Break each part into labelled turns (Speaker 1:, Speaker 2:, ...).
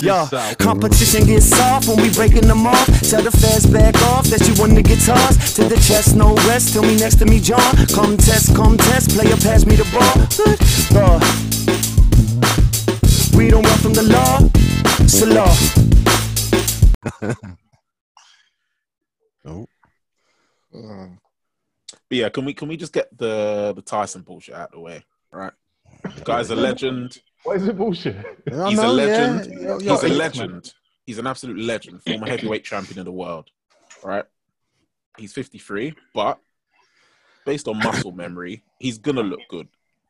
Speaker 1: Yo,
Speaker 2: South.
Speaker 1: competition gets soft when we breaking them off. Tell the feds back off that you wanna get tossed to the chest, no rest. Till me next to me, John. Come test, come test. Player, pass me the ball. Good lord, we don't welcome the law. So law.
Speaker 3: Mm. But yeah, can we can we just get the the Tyson bullshit out of the way? Right, guy's a legend.
Speaker 4: What is it bullshit?
Speaker 2: I
Speaker 3: He's a
Speaker 2: know,
Speaker 3: legend.
Speaker 2: yeah. Yo, yo,
Speaker 3: He's a
Speaker 2: it's-
Speaker 3: legend. He's an absolute legend. Former heavyweight champion of the world. Right, he's fifty three, but based on muscle memory, he's gonna look good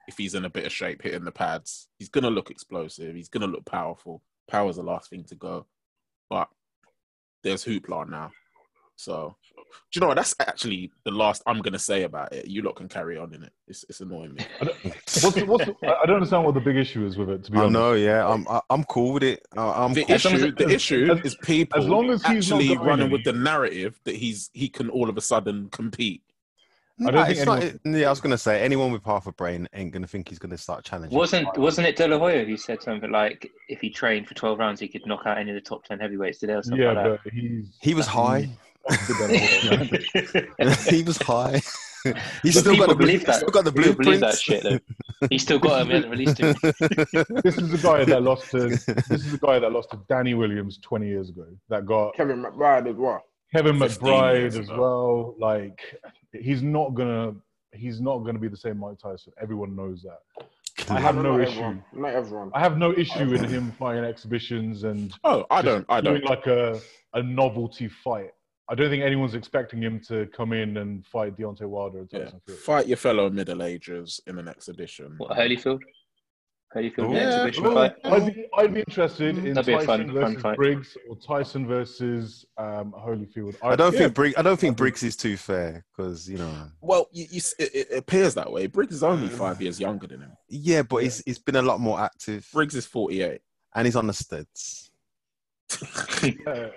Speaker 3: if he's in a bit of shape, hitting the pads. He's gonna look explosive. He's gonna look powerful. Power's the last thing to go, but there's hoopla now. So do you know what? That's actually the last I'm gonna say about it. You lot can carry on in it. It's, it's annoying me.
Speaker 4: What's, what's, I I don't understand what the big issue is with it. To be
Speaker 2: I
Speaker 4: honest,
Speaker 2: know, yeah. I'm I, I'm cool with it. I, I'm
Speaker 3: The
Speaker 2: cool.
Speaker 4: as-
Speaker 3: issue, the
Speaker 4: as-
Speaker 3: issue
Speaker 4: as-
Speaker 3: is people
Speaker 4: as long as he's not
Speaker 3: actually
Speaker 4: going
Speaker 3: running
Speaker 4: in.
Speaker 3: with the narrative that he's he can all of a sudden compete.
Speaker 4: I don't
Speaker 2: Nah,
Speaker 4: think
Speaker 2: it's not, it- yeah, I was gonna say anyone with half a brain ain't gonna think he's gonna start challenging.
Speaker 5: Wasn't wasn't it De La Hoya who said something like if he trained for twelve rounds he could knock out any of the top ten heavyweights today or something
Speaker 4: Yeah,
Speaker 5: like
Speaker 4: but he's
Speaker 2: He was high.
Speaker 4: He
Speaker 5: that?
Speaker 2: he was high. he's
Speaker 5: But
Speaker 2: still got the,
Speaker 5: people
Speaker 2: blue,
Speaker 5: believe that.
Speaker 2: still got the
Speaker 5: People believe that
Speaker 2: blueprints.
Speaker 5: shit though. He's still got him. He hasn't released him.
Speaker 4: this is the guy that lost to this is the guy that lost to Danny Williams twenty years ago. That got
Speaker 6: Kevin McBride as well.
Speaker 4: Kevin
Speaker 3: 15 years
Speaker 4: McBride as well.
Speaker 3: ago.
Speaker 4: Like he's not gonna he's not gonna be the same Mike Tyson. Everyone knows that. I have no
Speaker 6: Not
Speaker 4: issue.
Speaker 6: everyone. Not everyone.
Speaker 4: I have no issue in him fighting exhibitions and
Speaker 3: Oh, I
Speaker 4: just
Speaker 3: don't, I
Speaker 4: doing
Speaker 3: don't.
Speaker 4: like a, a novelty fight. I don't think anyone's expecting him to come in and fight Deontay Wilder and
Speaker 3: Yeah.
Speaker 4: Tyson Fury.
Speaker 3: Fight your fellow middle agers in an exhibition.
Speaker 5: What Holyfield? Holyfield in
Speaker 2: Yeah,
Speaker 5: an exhibition
Speaker 2: well,
Speaker 5: fight.
Speaker 4: I'd be, I'd be interested in
Speaker 5: That'd be
Speaker 4: Tyson
Speaker 5: a fun- fun
Speaker 4: versus
Speaker 5: fight.
Speaker 4: Briggs or Tyson versus um, Holyfield.
Speaker 2: I don't
Speaker 4: yeah,
Speaker 2: think Briggs, I don't think Briggs is too fair because you know.
Speaker 3: Well, you, you, s- it, it appears that way. Briggs is only five years younger than him.
Speaker 2: Yeah, but he's he's been a lot more active
Speaker 3: Briggs is forty-eight.
Speaker 2: and he's on the studs.
Speaker 4: uh,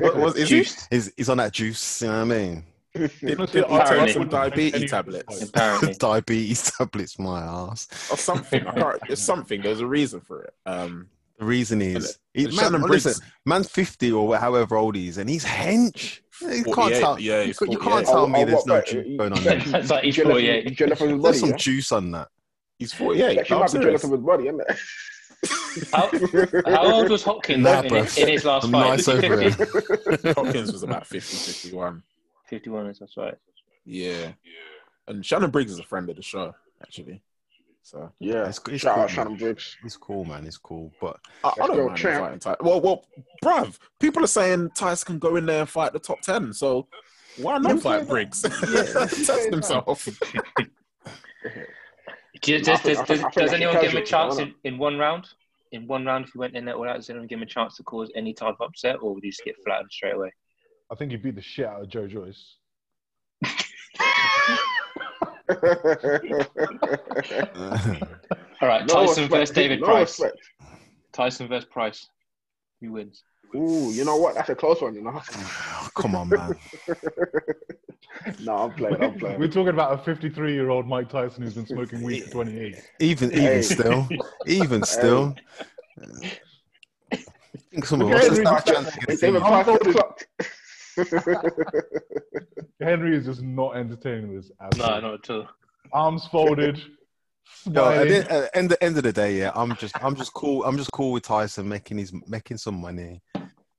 Speaker 3: What- what- is he?
Speaker 2: He's he's on that juice. You know what I mean?
Speaker 3: Did, did
Speaker 4: honestly,
Speaker 3: he
Speaker 4: I-
Speaker 5: I
Speaker 3: take some
Speaker 5: wouldn't
Speaker 3: diabetes
Speaker 4: take any of
Speaker 3: tablets
Speaker 4: this
Speaker 5: Apparently.
Speaker 2: Diabetes tablets, my ass.
Speaker 3: or something? I can't, it's something. There's a reason for it. Um,
Speaker 2: The reason is, he, man,
Speaker 3: Shannon Briggs-
Speaker 2: listen, man's fifty or however old he is, and he's hench. You can't
Speaker 3: 48,
Speaker 2: tell.
Speaker 3: yeah,
Speaker 2: you,
Speaker 3: he's
Speaker 2: ca- you
Speaker 3: 48.
Speaker 2: can't tell me
Speaker 6: I'll-
Speaker 2: there's
Speaker 6: I'll
Speaker 2: no
Speaker 6: walk
Speaker 2: juice
Speaker 6: back. You-
Speaker 2: going on.
Speaker 6: you
Speaker 2: there.
Speaker 6: jealous-
Speaker 5: That's like he's
Speaker 6: you jealous-
Speaker 5: 48.
Speaker 6: you jealous of his
Speaker 2: There's
Speaker 6: body,
Speaker 2: some
Speaker 6: yeah?
Speaker 2: juice on that.
Speaker 3: he's forty-eight.
Speaker 6: You actually
Speaker 3: I'm
Speaker 6: might be jealous
Speaker 3: serious.
Speaker 6: of his body, isn't it?
Speaker 5: How, how old was Hopkins
Speaker 2: Nah,
Speaker 5: in,
Speaker 2: bro.
Speaker 5: his, in his last
Speaker 2: I'm
Speaker 5: fight?
Speaker 2: nice
Speaker 5: Was he
Speaker 2: over
Speaker 5: 50?
Speaker 2: it.
Speaker 3: Hopkins was about 50, 51.
Speaker 5: 51 is that's right.
Speaker 3: Yeah. And Shannon Briggs is a friend of the show, actually. So
Speaker 6: Yeah.
Speaker 2: It's- it's
Speaker 6: Shout
Speaker 2: cool,
Speaker 6: out Shannon
Speaker 2: man.
Speaker 6: Briggs.
Speaker 2: It's cool, man. It's cool, but
Speaker 3: I, I
Speaker 6: Let's
Speaker 3: don't
Speaker 6: go,
Speaker 3: mind him
Speaker 6: champ.
Speaker 3: fighting Ty- Well, well, bruv, people are saying Tyson can go in there and fight the top 10. So why not fight Briggs? Test himself.
Speaker 5: Do you- does, does,
Speaker 6: think- I
Speaker 5: does,
Speaker 6: think- I think
Speaker 5: does
Speaker 6: that's
Speaker 5: anyone give him a
Speaker 6: casual,
Speaker 5: chance
Speaker 6: why
Speaker 5: in, in one round? In one round, if he went in there all out, does anyone give him a chance to cause any type of upset, or would he just get flattened straight away?
Speaker 4: I think he beat the shit out of Joe Joyce.
Speaker 5: All right,
Speaker 6: No
Speaker 5: Tyson
Speaker 6: respect,
Speaker 5: versus David
Speaker 6: no
Speaker 5: Price.
Speaker 6: respect.
Speaker 5: Tyson versus Price. Who wins?
Speaker 6: Ooh, you know what? That's a close one, you know. Mm.
Speaker 2: come on, man.
Speaker 6: no, I'm playing. I'm playing.
Speaker 4: We're talking about a 53 year old Mike Tyson who's been smoking weed for 28.
Speaker 2: Even
Speaker 6: Hey.
Speaker 2: even still, even still. uh, I think someone
Speaker 6: Look at
Speaker 2: wants to
Speaker 6: Henry
Speaker 2: start
Speaker 6: just-
Speaker 2: chanting
Speaker 6: Hey,
Speaker 2: and
Speaker 6: David
Speaker 2: singing.
Speaker 6: Price is clocked.
Speaker 4: Henry is just not entertaining this at
Speaker 5: No,
Speaker 4: all.
Speaker 5: not at all.
Speaker 4: Arms folded.
Speaker 2: No, at
Speaker 4: smiling.
Speaker 2: the, at the end, end of the day, yeah, I'm just, I'm just cool. I'm just cool with Tyson making his, making some money.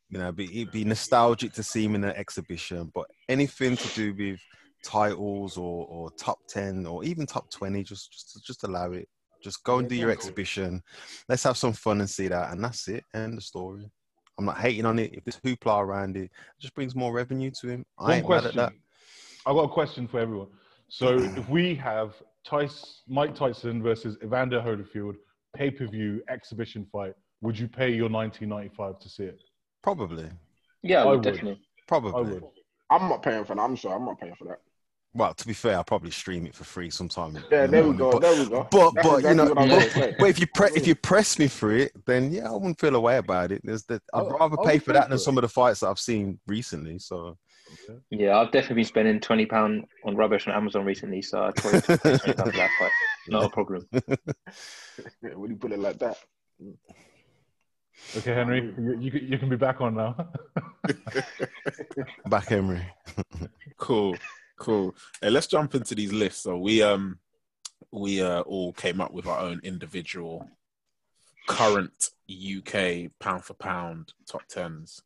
Speaker 2: You know, be, it'd be nostalgic to see him in an exhibition, but anything to do with titles or, or top ten or even top twenty, just, just, just allow it. Just go and do your exhibition. Let's have some fun and see that, and that's it. End of story. I'm not hating on it. If there's hoopla around it, it just brings more revenue to him. I
Speaker 4: One
Speaker 2: ain't
Speaker 4: question.
Speaker 2: mad at
Speaker 4: I've got a question for everyone. So if we have Tyson, Mike Tyson versus Evander Holyfield pay per view exhibition fight, would you pay your 1995 to see it?
Speaker 2: that. Probably,
Speaker 5: Yeah, I
Speaker 4: I
Speaker 5: would
Speaker 4: would.
Speaker 5: definitely.
Speaker 4: I
Speaker 2: probably.
Speaker 4: would.
Speaker 6: I'm not paying for that. I'm sorry. I'm not paying for that.
Speaker 2: Well, to be fair, I'll probably stream it for free sometime. in
Speaker 6: Yeah,
Speaker 2: the
Speaker 6: there we
Speaker 2: morning,
Speaker 6: go.
Speaker 2: but-
Speaker 6: There we go.
Speaker 2: but-
Speaker 6: That's
Speaker 2: but, you know-
Speaker 6: what I'm gonna say.
Speaker 2: But if you pre-
Speaker 4: Oh.
Speaker 2: if you press me for it, then yeah, I wouldn't feel away about it. There's the, I'd
Speaker 4: Oh,
Speaker 2: rather
Speaker 4: I
Speaker 2: pay
Speaker 4: would
Speaker 2: for
Speaker 4: pay
Speaker 2: that than
Speaker 4: for it.
Speaker 2: some of the fights that I've seen recently. So
Speaker 5: Yeah, I've definitely been spending twenty pound on rubbish on Amazon recently, so I probably pay twenty pound for that fight. Not a problem.
Speaker 6: Yeah, when you put it like that.
Speaker 4: Okay, Henry, you, you, can- you can be back on now.
Speaker 2: Back Henry.
Speaker 3: Cool, cool. Now, let's jump into these lists. So we um we uh, all came up with our own individual current UK pound for pound top tens.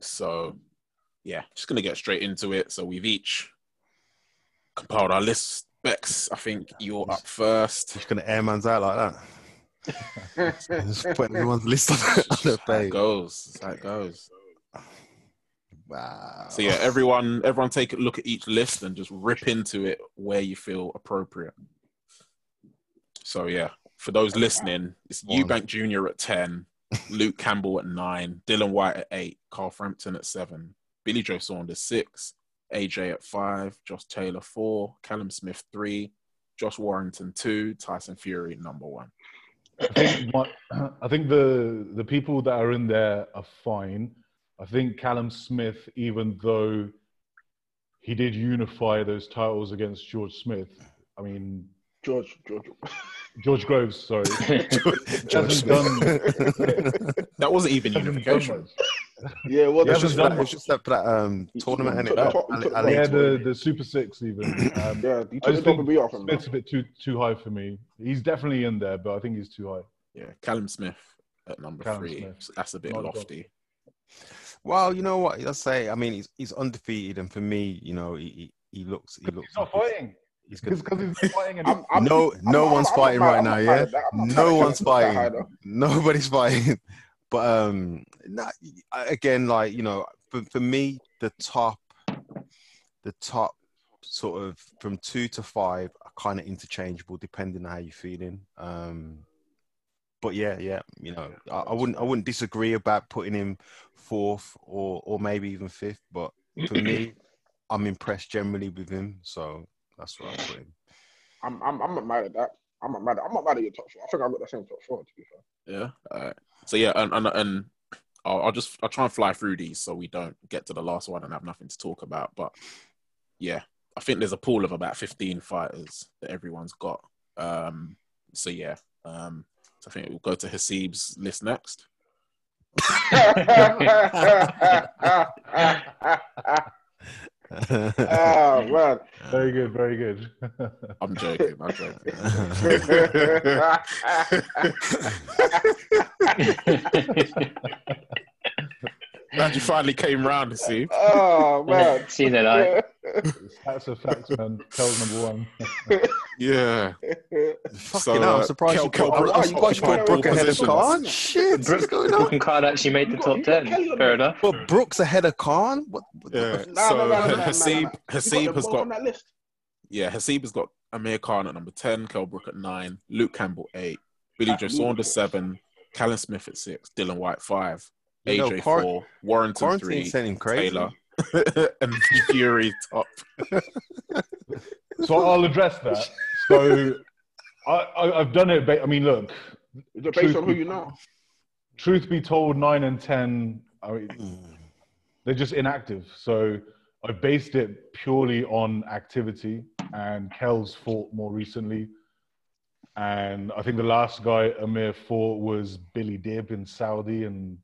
Speaker 3: So yeah, just gonna get straight into it. So we've each compiled our lists. Bex, I think you're up first.
Speaker 2: Just gonna airman's out like that. Just put everyone's list on, on
Speaker 3: That's
Speaker 2: the
Speaker 3: how it
Speaker 2: page.
Speaker 3: goes. That's how it goes.
Speaker 2: Wow.
Speaker 3: So yeah, everyone, everyone, take a look at each list and just rip into it where you feel appropriate. So yeah, for those listening, it's
Speaker 2: Go on.
Speaker 3: Eubank Junior at ten, Luke Campbell at nine, Dylan White at eight, Carl Frampton at seven, Billy Joe Saunders six, AJ at five, Josh Taylor four, Callum Smith three, Josh Warrington two, Tyson Fury number one.
Speaker 4: I think, my, I think the the people that are in there are fine. I think Callum Smith, even though he did unify those titles against George Smith, I mean
Speaker 6: George, George.
Speaker 4: George Groves, sorry,
Speaker 2: George
Speaker 4: hasn't done-
Speaker 2: Smith.
Speaker 3: That wasn't even
Speaker 4: hasn't done
Speaker 3: unification.
Speaker 4: much.
Speaker 6: Yeah, well,
Speaker 4: Yeah,
Speaker 2: It's
Speaker 6: that's
Speaker 2: just
Speaker 4: but
Speaker 6: just
Speaker 2: that,
Speaker 4: done-
Speaker 2: it's just that, that um,
Speaker 6: You-
Speaker 2: tournament,
Speaker 6: you
Speaker 2: and
Speaker 6: took
Speaker 2: it?
Speaker 6: the
Speaker 2: Ali-
Speaker 6: top- you took the
Speaker 2: Ali-
Speaker 6: top.
Speaker 4: Yeah,
Speaker 2: Ali-
Speaker 4: the, the Super Six even. Um,
Speaker 6: yeah, you
Speaker 4: I just
Speaker 6: took the top
Speaker 4: think
Speaker 6: and beat off him. man.
Speaker 4: Smith's a bit too too high for me. He's definitely in there, but I think he's too high.
Speaker 3: Yeah, Callum Smith at number
Speaker 4: Callum
Speaker 3: three.
Speaker 4: Smith.
Speaker 3: That's a bit
Speaker 4: Not a
Speaker 3: lofty.
Speaker 2: Well, you know what? I say, I mean, he's, he's undefeated, and for me, you know, he, he, he looks, he looks.
Speaker 4: He's not
Speaker 2: like
Speaker 4: fighting.
Speaker 2: He's, he's
Speaker 4: It's
Speaker 2: good.
Speaker 4: because he's not fighting. And
Speaker 6: I'm- I'm-
Speaker 2: no,
Speaker 6: I'm
Speaker 2: no
Speaker 6: not-
Speaker 2: one's
Speaker 6: I'm not
Speaker 2: fighting
Speaker 6: mad-
Speaker 2: right
Speaker 6: I'm
Speaker 2: now.
Speaker 6: not
Speaker 2: Yeah,
Speaker 6: mad at that. I'm not mad at
Speaker 2: no one's
Speaker 6: Callum Smith that high,
Speaker 2: fighting.
Speaker 6: though.
Speaker 2: Nobody's fighting. But um, nah, I- again, like you know, for, for me, the top, the top sort of from two to five are kind of interchangeable depending on how you're feeling. Um, but yeah, yeah, you know, I, I wouldn't, I wouldn't disagree about putting him fourth or or maybe even fifth. But for me, I'm impressed generally with him, so that's what I put him.
Speaker 6: I'm, I'm, I'm not mad at that. I'm not mad. At, I'm not mad at your top four. I think I got the same top four. To be fair.
Speaker 3: Yeah. All right. So yeah, and and, and I'll, I'll just I'll try and fly through these so we don't get to the last one and have nothing to talk about. But yeah, I think there's a pool of about 15 fighters that everyone's got. Um. So yeah. Um. So I think we'll go to Hasib's list next.
Speaker 6: oh man.
Speaker 4: very good, very good.
Speaker 3: I'm joking. I'm joking. Glad you finally came round, Hasib.
Speaker 6: oh man.
Speaker 5: See that I
Speaker 4: That's a fact, man. Tell number one.
Speaker 3: Yeah.
Speaker 2: Fucking
Speaker 3: So,
Speaker 2: hell,
Speaker 3: uh,
Speaker 2: I'm surprised
Speaker 3: Kel- Oh,
Speaker 2: you
Speaker 3: Kel
Speaker 2: put, I'm,
Speaker 3: Brook-
Speaker 2: I'm surprised you put
Speaker 6: occupied
Speaker 2: Brooke
Speaker 6: all
Speaker 2: ahead of
Speaker 6: positions.
Speaker 2: Khan. Shit, what's going on?
Speaker 5: Brooklyn Card actually made the
Speaker 6: You got-
Speaker 5: top
Speaker 6: you got
Speaker 5: ten.
Speaker 6: Kelly on
Speaker 5: Fair
Speaker 6: there.
Speaker 5: enough.
Speaker 2: But Brooks ahead of Khan? What? what the-
Speaker 3: Yeah.
Speaker 6: Nah,
Speaker 3: so
Speaker 6: nah, nah, nah, nah, nah,
Speaker 3: Hasib,
Speaker 6: nah. You
Speaker 3: Hasib
Speaker 6: them
Speaker 3: has
Speaker 6: both
Speaker 3: got
Speaker 6: on that list.
Speaker 3: yeah, Hasib has got Amir Khan at number 10, Kell Brook at 9, Luke Campbell 8, Billy Joe
Speaker 6: That's
Speaker 3: Saunders
Speaker 6: ludicrous.
Speaker 3: 7, Callum Smith at 6, Dylan White 5,
Speaker 2: You know,
Speaker 3: AJ
Speaker 2: quar-
Speaker 3: 4, Warrington
Speaker 2: Quarantine
Speaker 3: 3,
Speaker 2: sent him crazy.
Speaker 3: Taylor, and Fury top.
Speaker 4: So I'll address that. So I, I, I've done it. Ba- I mean, look.
Speaker 6: Is it based on who you know?
Speaker 4: Truth be told, nine and ten, I mean,
Speaker 2: Mm.
Speaker 4: they're just inactive. So I based it purely on activity, and Kel's fought more recently. And I think the last guy Amir fought was Billy Dib in Saudi, and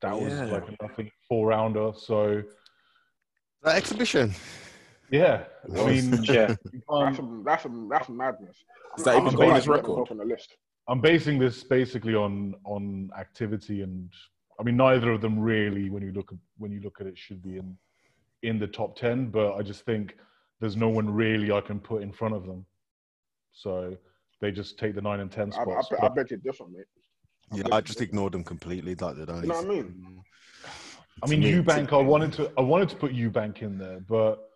Speaker 4: that was
Speaker 3: Yeah.
Speaker 4: like a nothing four rounder. So
Speaker 2: That exhibition.
Speaker 4: yeah, I
Speaker 2: Nice.
Speaker 4: mean,
Speaker 5: Yeah.
Speaker 4: you
Speaker 6: That's
Speaker 4: can't-
Speaker 6: some, that's some, that's some madness.
Speaker 3: Is that
Speaker 6: I'm
Speaker 3: even Bailey's
Speaker 6: surprised you got them
Speaker 3: record?
Speaker 6: both on the list.
Speaker 4: I'm basing this basically on on activity, and I mean neither of them really, when you look at, when you look at it, should be in in the top ten. But I just think there's no one really I can put in front of them, so they just take the nine and ten
Speaker 6: I, I,
Speaker 4: spots.
Speaker 6: bet- I bet you're different, mate.
Speaker 2: Yeah, I just ignored them completely. Like they don't.
Speaker 6: You know what I
Speaker 2: exist.
Speaker 6: mean?
Speaker 4: I mean,
Speaker 2: To me,
Speaker 4: Eubank.
Speaker 2: to-
Speaker 4: I wanted to I wanted to put Eubank in there, but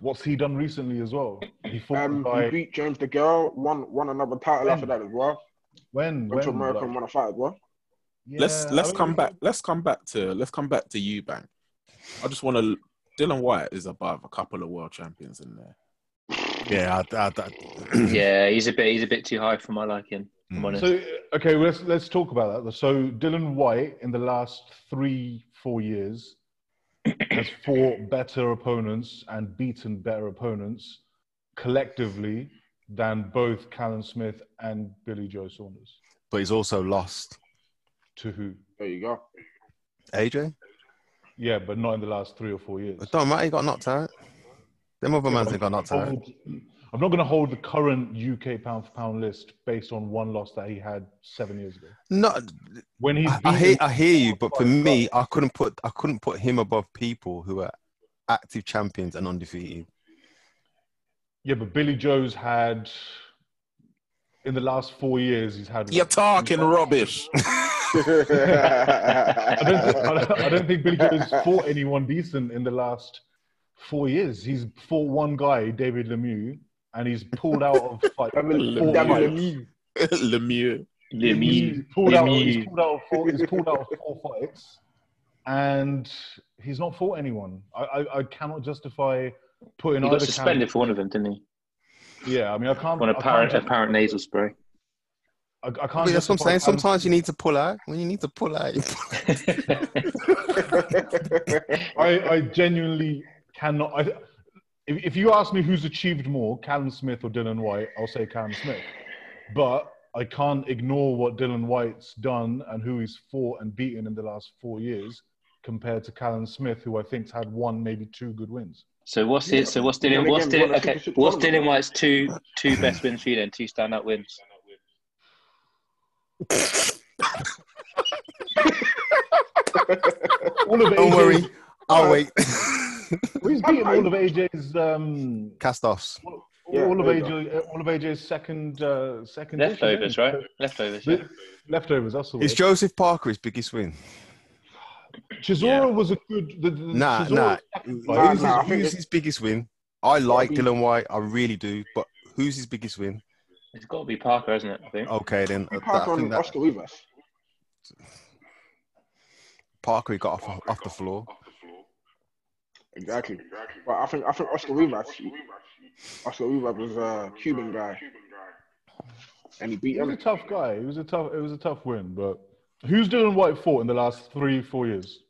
Speaker 4: what's he done recently as well? He fought
Speaker 6: Um,
Speaker 4: by
Speaker 6: he beat James the girl, won won another title after that as well.
Speaker 4: when
Speaker 6: Went
Speaker 4: when
Speaker 6: to America and
Speaker 4: like,
Speaker 6: won a fight as well.
Speaker 3: Let's
Speaker 4: yeah,
Speaker 3: let's
Speaker 4: I mean,
Speaker 3: come back. Let's come back to let's come back to Eubank. I just want to. Dylan White is above a couple of world champions in there.
Speaker 2: Yeah, I, I, I,
Speaker 5: Yeah, he's a bit he's a bit too high for my liking. if I'm
Speaker 2: Mm.
Speaker 5: honest.
Speaker 4: So okay, well, let's let's talk about that. So Dylan White in the last three four years has fought better opponents and beaten better opponents collectively than both Callum Smith and Billy Joe Saunders.
Speaker 2: but he's also lost.
Speaker 4: To who?
Speaker 6: There you go.
Speaker 2: AJ?
Speaker 4: Yeah, but not in the last three or four years.
Speaker 2: It don't matter, he got knocked out. Them other man's ain't got knocked out.
Speaker 4: Hold- I'm not going to hold the current UK pound for pound list based on one loss that he had seven years ago.
Speaker 2: No,
Speaker 4: When he's
Speaker 2: I, I hear,
Speaker 4: beaten-
Speaker 2: I hear you, but for me, I couldn't put I couldn't put him above people who are active champions and undefeated.
Speaker 4: yeah, but Billy Joe's had in the last four years he's had.
Speaker 3: You're talking rubbish.
Speaker 4: I don't, think, I don't- I don't think Billy Joe's fought anyone decent in the last four years. He's fought one guy, David Lemieux, and he's pulled out of like
Speaker 6: Damn
Speaker 4: four
Speaker 6: it, damn
Speaker 4: fights.
Speaker 6: it, Lemieux.
Speaker 3: Lemieux.
Speaker 5: Lemieux.
Speaker 4: He's pulled out.
Speaker 5: Lemieux.
Speaker 4: He's pulled out of four. He's pulled out of four fights, and he's not fought anyone. I, I, I cannot justify putting
Speaker 5: He
Speaker 4: either
Speaker 5: got suspended for one of them, didn't he?
Speaker 4: Candidate. Yeah, I mean, I can't.
Speaker 5: On
Speaker 4: I can't,
Speaker 5: apparent apparent nasal spray.
Speaker 4: I, I can't
Speaker 2: But that's what I'm
Speaker 4: justify
Speaker 2: saying.
Speaker 4: Callum-
Speaker 2: Sometimes you need to pull out. When you need to pull out, you pull out.
Speaker 4: I, I genuinely cannot. I, if, if you ask me who's achieved more, Callum Smith or Dylan White, I'll say Callum Smith. But I can't ignore what Dylan White's done and who he's fought and beaten in the last four years compared to Callum Smith, who I think's had one, maybe two good wins.
Speaker 5: So what's
Speaker 6: Yeah.
Speaker 5: it? So what's
Speaker 6: Yeah,
Speaker 5: Dylan?
Speaker 6: but
Speaker 5: What's
Speaker 6: again,
Speaker 5: Dylan?
Speaker 6: what I
Speaker 5: Okay,
Speaker 6: think is-
Speaker 5: what's Dylan White's two two best wins for you then? Two standout wins.
Speaker 4: All of
Speaker 2: Don't worry,
Speaker 4: AJ's
Speaker 2: I'll wait.
Speaker 4: Well, he's beaten all of AJ's um,
Speaker 2: Cast offs.
Speaker 6: Yeah,
Speaker 4: all of
Speaker 6: there you go.
Speaker 4: AJ, all of AJ's second uh, second dish,
Speaker 5: Leftovers,
Speaker 4: yeah.
Speaker 5: right? Leftovers. Yeah.
Speaker 4: Le- Leftovers. That's the
Speaker 2: Is
Speaker 4: word.
Speaker 2: Joseph Parker his biggest win?
Speaker 4: Chisora was a good. The, the,
Speaker 2: Nah,
Speaker 4: Chisora's
Speaker 2: nah.
Speaker 4: second
Speaker 2: Who's,
Speaker 4: fight-
Speaker 6: Nah,
Speaker 2: his-
Speaker 6: nah, I think
Speaker 2: who's
Speaker 6: it's-
Speaker 2: his biggest win? I like
Speaker 6: be-
Speaker 2: Dylan White, I really do, but who's his biggest win?
Speaker 5: It's got to be Parker, hasn't it? I think.
Speaker 2: Okay, then
Speaker 6: You
Speaker 2: uh,
Speaker 6: pass
Speaker 2: that- I
Speaker 6: on
Speaker 2: think that
Speaker 6: Oscar Rivas.
Speaker 2: Parker he got off, off the floor.
Speaker 6: Exactly. But I think I think Oscar Rivas. Oscar Rivas was a Cuban guy, and he beat
Speaker 4: He was a
Speaker 6: him.
Speaker 4: tough guy. It was a tough. It was a tough win. But who's Dylan White fought in the last three, four years?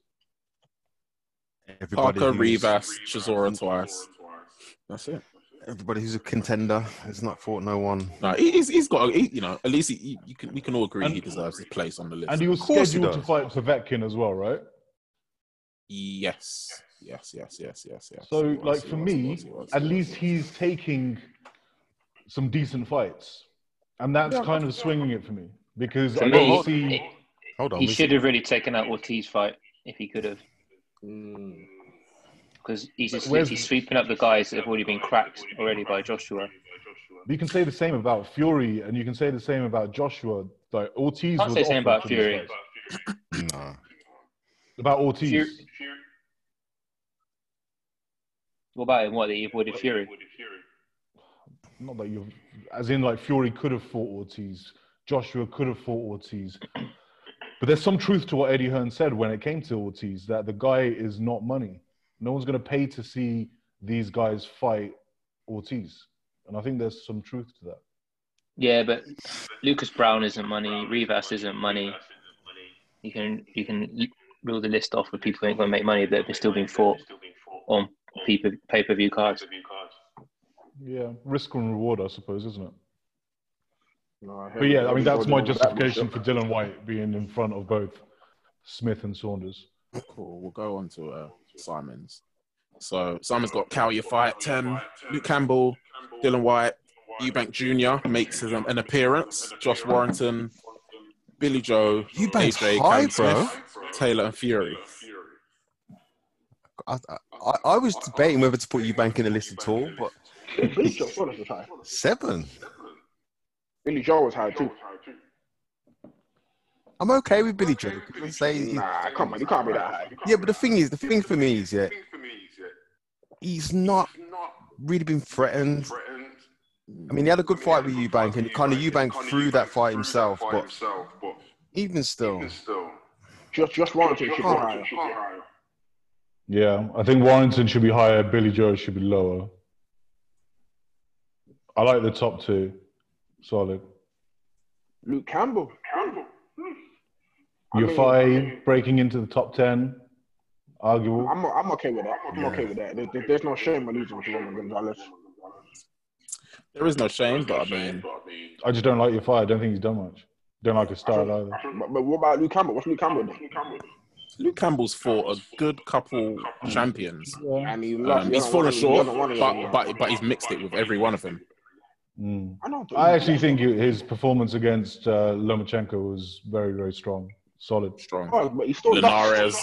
Speaker 2: Everybody
Speaker 3: Parker
Speaker 2: who's-
Speaker 3: Rivas, Chisora twice. That's it.
Speaker 2: Everybody who's a contender has not fought no one.
Speaker 3: No, he- he's, he's got. He, you know, at least he, he- you can, we can all agree
Speaker 4: And-
Speaker 3: he deserves his place on the list.
Speaker 4: And he was
Speaker 2: Of course he
Speaker 4: scheduled to
Speaker 2: does.
Speaker 4: fight Povetkin as well, right?
Speaker 3: yes. Yes, yes, yes, yes, yes.
Speaker 4: So,
Speaker 3: He was,
Speaker 4: like
Speaker 3: he
Speaker 4: for
Speaker 3: was, he
Speaker 4: me,
Speaker 3: was, he was,
Speaker 4: at
Speaker 3: he was,
Speaker 4: least
Speaker 3: he was.
Speaker 4: he's taking some decent fights, and that's kind of swinging it for me because
Speaker 5: For
Speaker 4: I don't
Speaker 5: me,
Speaker 4: see.
Speaker 2: Hold on.
Speaker 5: He
Speaker 2: we-
Speaker 5: should have really taken out Ortiz fight if he could have,
Speaker 6: Mm.
Speaker 5: because he's just
Speaker 4: Where's-
Speaker 5: literally sweeping up the guys that have already been cracked already by Joshua.
Speaker 4: You can say the same about Fury, and you can say the same about Joshua. Like Ortiz
Speaker 5: Can't
Speaker 4: was
Speaker 5: say the same
Speaker 4: offered
Speaker 5: about
Speaker 4: to these
Speaker 5: Fury.
Speaker 4: guys.
Speaker 2: Nah.
Speaker 4: About Ortiz,
Speaker 5: Fury- What about him? What that he avoided Fury?
Speaker 4: not that you, as in like Fury could have fought Ortiz, Joshua could have fought Ortiz, but there's some truth to what Eddie Hearn said when it came to Ortiz that the guy is not money. No one's going to pay to see these guys fight Ortiz, and I think there's some truth to that.
Speaker 5: Yeah, but Lucas Brown isn't money. Rivas isn't money. You can you can l- rule the list off with people who ain't going to make money that have still being fought on pay per view cards.
Speaker 4: Yeah, risk and reward, I suppose, isn't it?
Speaker 6: No, hear
Speaker 4: But
Speaker 6: you.
Speaker 4: yeah, I mean
Speaker 6: Everybody
Speaker 4: that's my
Speaker 6: knows that much,
Speaker 4: justification
Speaker 6: yeah.
Speaker 4: for Dylan White being in front of both Smith and Saunders.
Speaker 3: Cool. We'll go on to uh, Simons. So Simons got Cowyer fight ten. Luke Campbell, Dylan White, Eubank Jr. makes his, um, an appearance. Josh Warrington, Billy Joe,
Speaker 2: Eubank's
Speaker 3: AJ
Speaker 2: high,
Speaker 3: Cam
Speaker 2: bro.
Speaker 3: Smith, Taylor and Fury.
Speaker 2: I, I, I was debating whether to put Eubank in the list at all, but
Speaker 6: Billy Joe Saunders was high.
Speaker 2: seven.
Speaker 6: Billy Joe was high too.
Speaker 2: I'm okay with Billy Joe. I'd Say,
Speaker 6: Nah, come on, you can't be that high.
Speaker 2: yeah, but the thing is, the thing for me is, yeah, he's not really been threatened. I mean, he had a good fight with Eubank, and kind of Eubank threw that fight himself, but even still,
Speaker 6: Just, just Warrington should be high.
Speaker 4: Yeah, I think Warrington should be higher. Billy Joe should be lower. I like the top two. Solid.
Speaker 6: Luke Campbell. I
Speaker 4: Your
Speaker 6: mean-
Speaker 4: five breaking into the top ten. Arguable.
Speaker 6: I'm, I'm okay with that. I'm okay with that. There, there- there's no shame in losing to Roman Gonzalez.
Speaker 3: There is no shame, but I mean,
Speaker 4: I just don't like your five. I don't think he's done much. Don't like his style
Speaker 6: I
Speaker 4: either.
Speaker 6: think- But, but what about Luke Campbell? What's Luke Campbell done?
Speaker 3: Luke Campbell's fought a good couple champions.
Speaker 4: Yeah.
Speaker 6: And he lost,
Speaker 3: Um,
Speaker 6: he
Speaker 3: he's
Speaker 6: hasn't
Speaker 3: fallen
Speaker 6: won- he
Speaker 3: short,
Speaker 6: hasn't won it
Speaker 3: but,
Speaker 6: yet.
Speaker 3: but but he's mixed it with every one of them.
Speaker 4: Mm.
Speaker 6: I, know,
Speaker 4: I actually think his performance against uh, Lomachenko was very, very strong, solid.
Speaker 3: Strong.
Speaker 6: Oh, but he's still
Speaker 3: Linares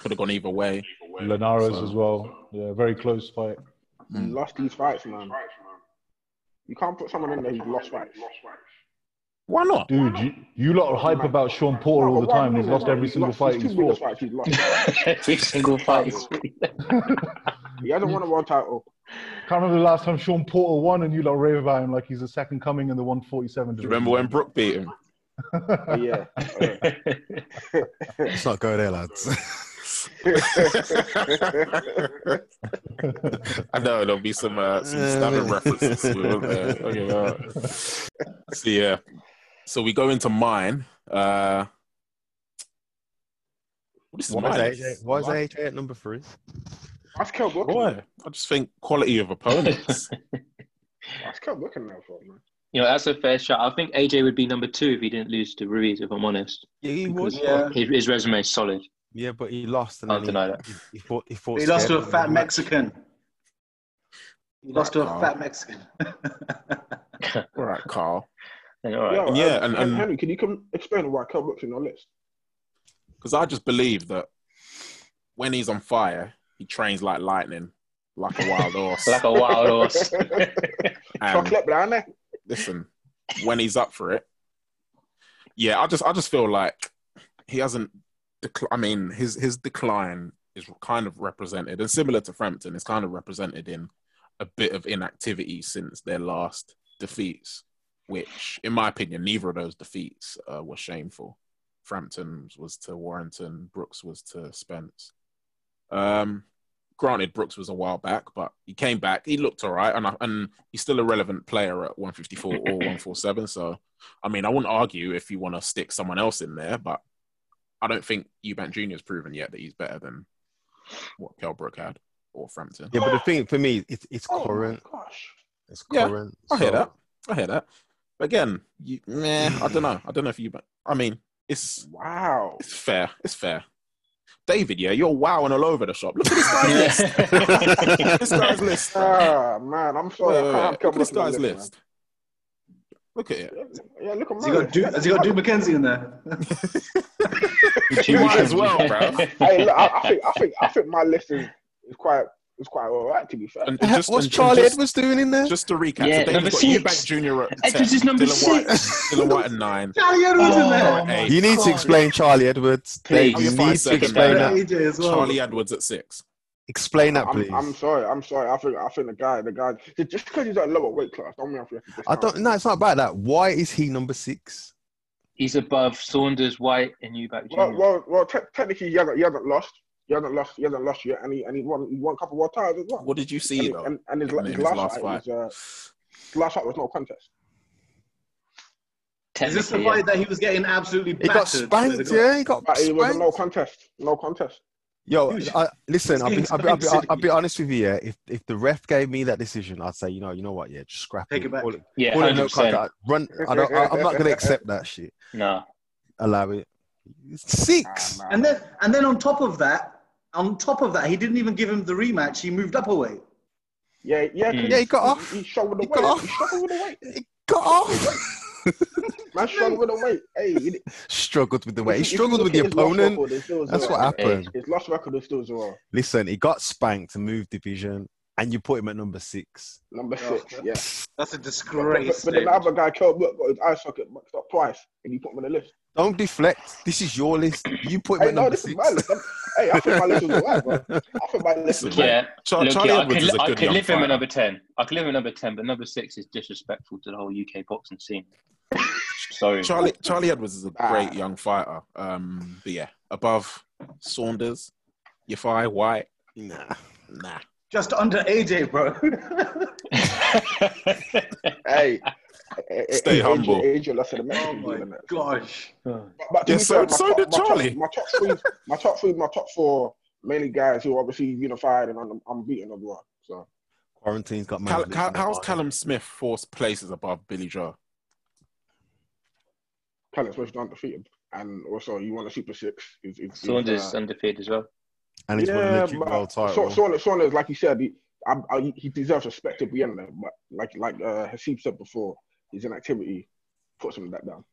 Speaker 3: could have gone either way.
Speaker 4: Linares
Speaker 3: So-
Speaker 4: as well. Yeah, very close fight.
Speaker 6: He lost these fights, man. You can't put someone in there who's lost fights.
Speaker 3: Why not?
Speaker 4: Dude, you, you lot hype about Sean Porter all the
Speaker 6: But why-
Speaker 4: time. He's lost every single fight
Speaker 6: two
Speaker 4: he's
Speaker 6: biggest
Speaker 4: fought.
Speaker 6: fights he's lost.
Speaker 5: Every single fight. is-
Speaker 6: He hasn't won a world title.
Speaker 4: Can't remember the last time Sean Porter won, and you lot rave about him like he's the second coming in the 147
Speaker 3: Do you
Speaker 4: division.
Speaker 3: remember when Brooke beat him?
Speaker 6: But yeah.
Speaker 2: Let's not go there, lads.
Speaker 3: I know there'll be some uh, some
Speaker 2: Yeah,
Speaker 3: stabbing
Speaker 2: maybe.
Speaker 3: references. to it, won't there? Okay, well. So yeah, so we go into mine. Uh, this is
Speaker 2: Why
Speaker 3: mine.
Speaker 2: is AJ, why is AJ at number three?
Speaker 6: That's Kel Brook.
Speaker 3: Why? I just think quality of opponents.
Speaker 6: That's Kel Brook now, bro, man.
Speaker 5: You know, that's a fair shot. I think AJ would be number two if he didn't lose to Ruiz, if I'm honest.
Speaker 2: Yeah, he
Speaker 5: Because
Speaker 2: was.
Speaker 5: yeah. his, his resume is solid.
Speaker 2: Yeah, but he lost. And
Speaker 5: I'll
Speaker 2: then
Speaker 5: deny
Speaker 2: he,
Speaker 5: that.
Speaker 2: He, he fought, he fought
Speaker 7: He lost to a
Speaker 2: Scared.
Speaker 7: fat Mexican. He lost to a fat Mexican.
Speaker 3: All right, Carl.
Speaker 5: And, all right.
Speaker 6: Yo,
Speaker 3: Yeah,
Speaker 6: um,
Speaker 3: and- and-
Speaker 6: Henry, can you come explain why Kel Brook's in your list?
Speaker 3: Because I just believe that when he's on fire, he trains like lightning, like a wild horse.
Speaker 5: Like a
Speaker 7: Oh,
Speaker 5: wild horse.
Speaker 3: and
Speaker 6: Chocolate brown, eh?
Speaker 3: listen, when he's up for it, yeah, I just I just feel like he hasn't. Decl- I mean, his his decline is kind of represented, and similar to Frampton, it's kind of represented in a bit of inactivity since their last defeats, which, in my opinion, neither of those defeats uh, were shameful. Frampton's was to Warrington, Brooks was to Spence. Um, granted, Brooks was a while back, but he came back. He looked all right, and I, and he's still a relevant player at 154 or 147. So, I mean, I wouldn't argue if you want to stick someone else in there, but I don't think Eubank Jr. has proven yet that he's better than what Kell Brook had or Frampton.
Speaker 2: Yeah, but the thing for me, it, it's
Speaker 6: Oh my
Speaker 2: current.
Speaker 6: Gosh.
Speaker 2: It's
Speaker 3: Yeah,
Speaker 2: current.
Speaker 3: I hear
Speaker 2: so-
Speaker 3: that. I hear that. But again, you, nah, I don't know. I don't know if you. I mean, it's
Speaker 6: Wow.
Speaker 3: it's fair. It's fair. David, yeah, you're wowing all over the shop. Look at this guy's list.
Speaker 5: Yeah.
Speaker 3: This guy's list. Wait,
Speaker 6: Ah, man, I'm sorry.
Speaker 3: wait,
Speaker 6: I
Speaker 3: wait.
Speaker 6: can't have Kel
Speaker 3: Look at this
Speaker 6: Brook on
Speaker 3: guy's
Speaker 6: my
Speaker 3: list. Look at it.
Speaker 6: list, man. Yeah, look at
Speaker 7: Has he got, du-
Speaker 6: mine.
Speaker 7: has he got Duke McKenzie in there?
Speaker 3: You might as well, bro.
Speaker 6: Hey, look, I, I think I think I think my list is, is quite is quite all right to be fair.
Speaker 3: And
Speaker 2: Uh, What's
Speaker 3: just, and
Speaker 2: Charlie
Speaker 3: just,
Speaker 2: Edwards doing in there?
Speaker 3: just to recap,
Speaker 5: Yeah,
Speaker 3: yeah, so
Speaker 5: number
Speaker 3: David's got
Speaker 5: six.
Speaker 3: Eubank Jr. at 10,
Speaker 5: Edwards is number
Speaker 3: Dylan White, Dylan White at 9.
Speaker 7: Charlie Edwards in there.
Speaker 3: at eight,
Speaker 2: you need to explain Charlie Edwards. Dave,
Speaker 5: Please.
Speaker 2: you
Speaker 3: I'm fine
Speaker 2: need to
Speaker 3: second,
Speaker 2: explain
Speaker 3: man.
Speaker 2: that.
Speaker 7: AJ as well.
Speaker 3: Charlie Edwards at 6.
Speaker 2: Explain that, please.
Speaker 6: I'm, I'm sorry, I'm sorry. I think I think the guy, the guy, just because he's at lower weight class, don't mean I think
Speaker 2: I don't. No, it's not about that. Why is he number six?
Speaker 5: He's above Saunders, White, and Eubank Jr.
Speaker 6: Well, well, well te- technically, he hasn't, he hasn't lost. He hasn't lost. He hasn't lost yet, and he and he won. He won a couple of world titles as well.
Speaker 3: What did you see,
Speaker 6: and,
Speaker 3: though?
Speaker 6: and, and his,
Speaker 3: in
Speaker 6: la- his last, fight, Was, uh, last fight was no contest.
Speaker 7: Is this the
Speaker 5: Technically,
Speaker 7: fight
Speaker 5: yeah.
Speaker 7: that he was getting absolutely
Speaker 2: He got
Speaker 7: battered?
Speaker 2: spanked. Yeah, he got
Speaker 6: But it was a no
Speaker 2: spanked.
Speaker 6: contest. No contest.
Speaker 2: Yo,
Speaker 7: Dude,
Speaker 2: I, listen. I'll be,
Speaker 7: he's
Speaker 2: I'll, be, I'll, be, I'll,
Speaker 7: getting
Speaker 2: be honest with you. Yeah, if if the ref gave me that decision, I'd say, you know, you know what? Yeah, just scrap
Speaker 7: Take it back.
Speaker 2: Call it,
Speaker 5: Yeah,
Speaker 2: call it no
Speaker 5: 100%.
Speaker 2: contact. Run. I don't, I, I'm not gonna accept that shit.
Speaker 5: No.
Speaker 2: Allow it. Six. Ah,
Speaker 6: Nah, nah.
Speaker 7: And then, and then on top of that, on top of that, he didn't even give him the rematch. He moved up a weight.
Speaker 6: yeah, yeah, 'cause
Speaker 5: Mm.
Speaker 2: Yeah, he got off.
Speaker 6: He, he struggled with
Speaker 2: He
Speaker 6: the
Speaker 2: got
Speaker 6: weight.
Speaker 2: off.
Speaker 6: He struggled with the weight.
Speaker 2: He got off.
Speaker 6: Man struggled with the weight. Hey, he, if
Speaker 2: struggled with the
Speaker 6: you-
Speaker 2: way he
Speaker 6: if you
Speaker 2: struggled
Speaker 6: look
Speaker 2: with
Speaker 6: at
Speaker 2: the
Speaker 6: his loss
Speaker 2: opponent.
Speaker 6: record, it's still
Speaker 2: That's
Speaker 6: zero.
Speaker 2: what happened.
Speaker 6: His lost record is still zero.
Speaker 2: Listen, he got spanked and moved division, and you put him at number six.
Speaker 6: Number
Speaker 7: Yeah.
Speaker 6: six. Yeah.
Speaker 7: That's a
Speaker 6: But, but,
Speaker 7: disgrace.
Speaker 6: but then the other guy, Kel Brook, got his eye socket boxed up twice, and you put him on the list.
Speaker 2: Don't deflect. This is your list. You put him
Speaker 6: Hey,
Speaker 2: at
Speaker 6: no,
Speaker 2: number
Speaker 6: this is
Speaker 2: six.
Speaker 6: my list. I'm- hey, I think my list was alright, bro. I think my list was
Speaker 5: Yeah.
Speaker 3: Char-
Speaker 5: Look,
Speaker 3: Charlie
Speaker 5: yeah, I
Speaker 3: Edwards
Speaker 5: could,
Speaker 3: is a
Speaker 5: I
Speaker 3: good
Speaker 5: could
Speaker 3: young
Speaker 5: live him
Speaker 3: fighter.
Speaker 5: at number 10. I could live him at number 10, but number 6 is disrespectful to the whole UK boxing scene. Sorry.
Speaker 3: Charlie Charlie Edwards is a
Speaker 6: Ah.
Speaker 3: great young fighter. Um, but yeah, above Saunders, Yafai White,
Speaker 2: Nah.
Speaker 3: nah.
Speaker 7: Just under AJ, bro.
Speaker 6: Hey, eh, eh,
Speaker 3: Stay
Speaker 6: eh,
Speaker 3: humble.
Speaker 6: AJ, AJ lost to the
Speaker 7: oh
Speaker 6: Mexican
Speaker 7: my
Speaker 6: dude, innit?
Speaker 7: gosh.
Speaker 6: But, but to
Speaker 3: Yeah,
Speaker 6: be
Speaker 3: so-
Speaker 6: fair, my
Speaker 3: so
Speaker 6: top-
Speaker 3: did
Speaker 6: my top-
Speaker 3: Charlie.
Speaker 6: My top three, my top three, my top four, mainly guys who obviously unified and I'm, I'm beating everyone. So
Speaker 2: Quarantine's got my.
Speaker 3: Cal-
Speaker 2: list
Speaker 3: Cal-
Speaker 2: on the
Speaker 3: how's
Speaker 2: line.
Speaker 3: Callum Smith four places above Billy Joe?
Speaker 6: Callett's most undefeated, and also you want a Super Six. Is, is, is,
Speaker 5: Saunders
Speaker 6: uh,
Speaker 5: undefeated as well.
Speaker 2: And he's won an Olympic
Speaker 6: but
Speaker 2: world title.
Speaker 6: Sa- Saunders- Saunders, like you said, he, I, I, he deserves respect at the end. there, But like like uh, Hasib said before, his inactivity puts him that down.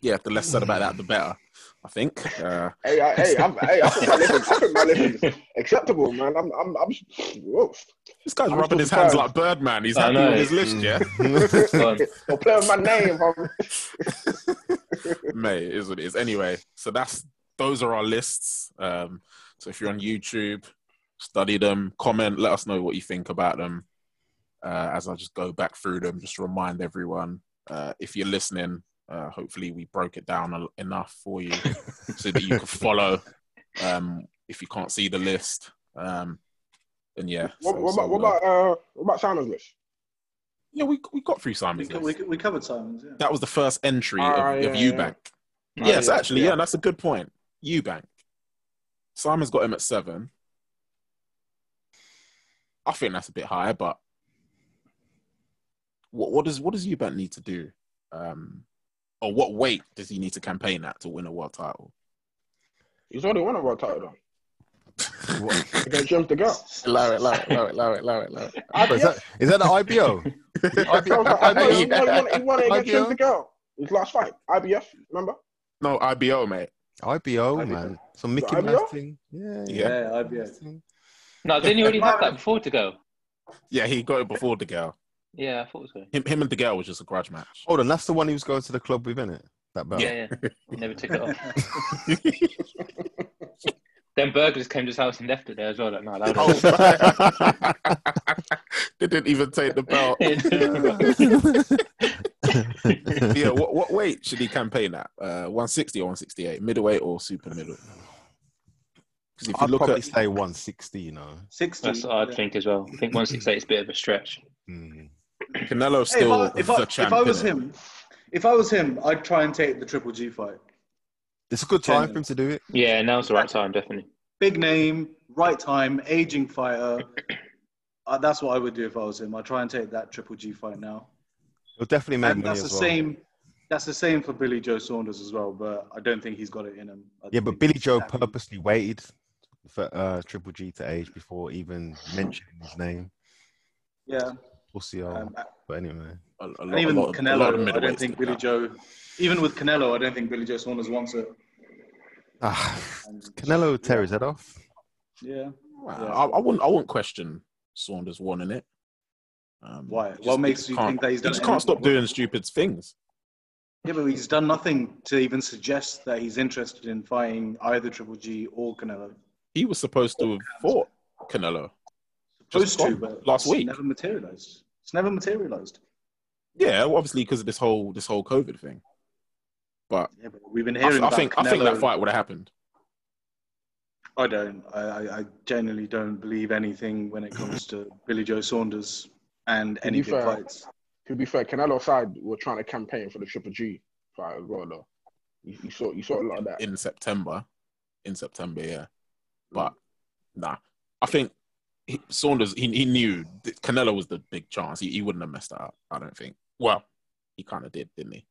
Speaker 3: Yeah, the less said about that, the better. I think. Uh,
Speaker 6: Hey, I, hey, I'm, hey, I think my list is- I think my list is acceptable, man. I'm, I'm, I'm. Whoa.
Speaker 3: this guy's
Speaker 6: I'm
Speaker 3: rubbing
Speaker 6: still
Speaker 3: his hands like
Speaker 6: surprised.
Speaker 3: Birdman. He's
Speaker 5: I
Speaker 3: happy
Speaker 5: know. Mm.
Speaker 3: with his list, yeah.
Speaker 5: Go on.
Speaker 6: Don't play with my name, homie.
Speaker 3: Mate, it is what it is. Anyway, so that's those are our lists. Um, so if you're on YouTube, study them, comment, let us know what you think about them. Uh, as I just go back through them, just to remind everyone uh, if you're listening, uh, hopefully we broke it down a- enough for you so that you can follow. Um, if you can't see the list, um, then yeah.
Speaker 6: What,
Speaker 3: so-
Speaker 6: what
Speaker 3: so
Speaker 6: about, what
Speaker 3: we'll, uh,
Speaker 6: about, uh, what about Simon's list?
Speaker 3: yeah, we we got through
Speaker 7: We,
Speaker 3: Simon's
Speaker 7: co-
Speaker 3: list.
Speaker 7: we, co- we covered Simon's. Yeah.
Speaker 3: that was the first entry
Speaker 6: Ah,
Speaker 3: of, of
Speaker 6: yeah, yeah.
Speaker 3: Eubank.
Speaker 5: Ah,
Speaker 3: yes,
Speaker 5: yeah,
Speaker 3: actually,
Speaker 5: yeah.
Speaker 3: yeah. that's a good point. Eubank. Simon's got him at seven. I think that's a bit high, but what what does what does Eubank need to do? Um, or what weight does he need to campaign at to win a world title?
Speaker 6: He's already won a world title though.
Speaker 2: What-
Speaker 6: Against James De Gea.
Speaker 8: Lower it, lower it, lower it, lower it, lower it, lower it.
Speaker 6: I,
Speaker 2: is, that, is that the IBO?
Speaker 6: I was like, I know, he, won, he, won, he won it against
Speaker 2: IBO?
Speaker 6: James De Gea. His last fight, IBF, remember?
Speaker 3: No, IBO, mate.
Speaker 2: IBO,
Speaker 6: IBO.
Speaker 2: man. Some Mickey
Speaker 6: IBO?
Speaker 2: Mouse thing. Yeah, yeah.
Speaker 3: Yeah,
Speaker 7: yeah, I'd be.
Speaker 2: Thing.
Speaker 5: No, didn't he already have that before to go?
Speaker 3: yeah, he got it before the girl.
Speaker 5: Yeah, I thought it was going.
Speaker 3: Him, him and the girl was just a grudge match.
Speaker 2: Hold on, that's the one he was going to the club with, innit? That belt.
Speaker 5: Yeah, yeah. He never took it off. then burglars came to his house and left it there as well. Like, no, that was
Speaker 3: Oh, they didn't even take the belt. yeah, what, what weight should he campaign at? Uh, 160 or 168? Middleweight or super middle? Because if you
Speaker 2: I'd
Speaker 3: look
Speaker 2: probably
Speaker 3: at
Speaker 2: say 160, you know.
Speaker 7: 60.
Speaker 5: that's what I
Speaker 7: yeah.
Speaker 5: think as well. I think 168 is a bit of a stretch.
Speaker 2: Mm.
Speaker 3: Canelo,
Speaker 7: Hey, if,
Speaker 3: still
Speaker 7: I, if, I,
Speaker 3: the
Speaker 7: if
Speaker 3: champion.
Speaker 7: I was him, if I was him, I'd try and take the triple G fight.
Speaker 2: It's a good time for him to do it.
Speaker 5: Yeah, now's the right time, definitely.
Speaker 7: Big name, right time, aging fighter. uh, that's what I would do if I was him. I'd try and take that triple G fight now.
Speaker 2: He'll definitely make
Speaker 7: And
Speaker 2: money
Speaker 7: that's the
Speaker 2: as well.
Speaker 7: same. That's the same for Billy Joe Saunders as well, but I don't think he's got it in him. I
Speaker 2: Yeah,
Speaker 7: think
Speaker 2: but Billy
Speaker 7: he's
Speaker 2: Joe
Speaker 7: happy.
Speaker 2: purposely waited for uh, Triple G to age before even mentioning his name.
Speaker 7: Yeah,
Speaker 2: We'll see. how-
Speaker 7: um,
Speaker 2: but anyway,
Speaker 3: a, a lot,
Speaker 7: and even
Speaker 3: a lot of- a lot of
Speaker 7: Canelo, I
Speaker 3: middleweights
Speaker 7: don't think
Speaker 3: did
Speaker 7: Billy
Speaker 3: that.
Speaker 7: Joe. Even with Canelo, I don't think Billy Joe Saunders wants it.
Speaker 2: ah,
Speaker 7: And,
Speaker 2: Canelo would tear his head off.
Speaker 7: Yeah.
Speaker 3: Wow, I, I wouldn't. I wouldn't question Saunders wanting it. Um,
Speaker 7: Why?
Speaker 3: he
Speaker 7: What
Speaker 3: just- he
Speaker 7: makes
Speaker 3: just
Speaker 7: you
Speaker 3: can't-
Speaker 7: think that he's
Speaker 3: he
Speaker 7: done
Speaker 3: just
Speaker 7: it
Speaker 3: can't
Speaker 7: anyway?
Speaker 3: stop doing stupid things.
Speaker 7: Yeah, but he's done nothing to even suggest that he's interested in fighting either Triple G or Canelo.
Speaker 3: He was supposed to have fought Canelo. Just
Speaker 7: Supposed to,
Speaker 3: gone
Speaker 7: but
Speaker 3: last
Speaker 7: it's
Speaker 3: week.
Speaker 7: never materialized. It's never materialized.
Speaker 3: Yeah, well, obviously because of this whole this whole COVID thing. But
Speaker 7: Yeah, but we've been
Speaker 3: I,
Speaker 7: hearing.
Speaker 3: I
Speaker 7: about
Speaker 3: think I think that
Speaker 7: Canelo.
Speaker 3: fight would have happened.
Speaker 7: I don't. I, I, I genuinely don't believe anything when it comes to Billy Joe Saunders and
Speaker 6: To
Speaker 7: any
Speaker 6: be
Speaker 7: big
Speaker 6: fair,
Speaker 7: fights.
Speaker 6: To be fair, Canelo side were trying to campaign for the Triple G fight as well, though. You, you saw, you saw a lot of that. Mm.
Speaker 3: in September. In September, yeah. But nah, I think he, Saunders he, he knew that Canelo was the big chance. He, he wouldn't have messed that up. I don't think. Well, he kind of did, didn't he?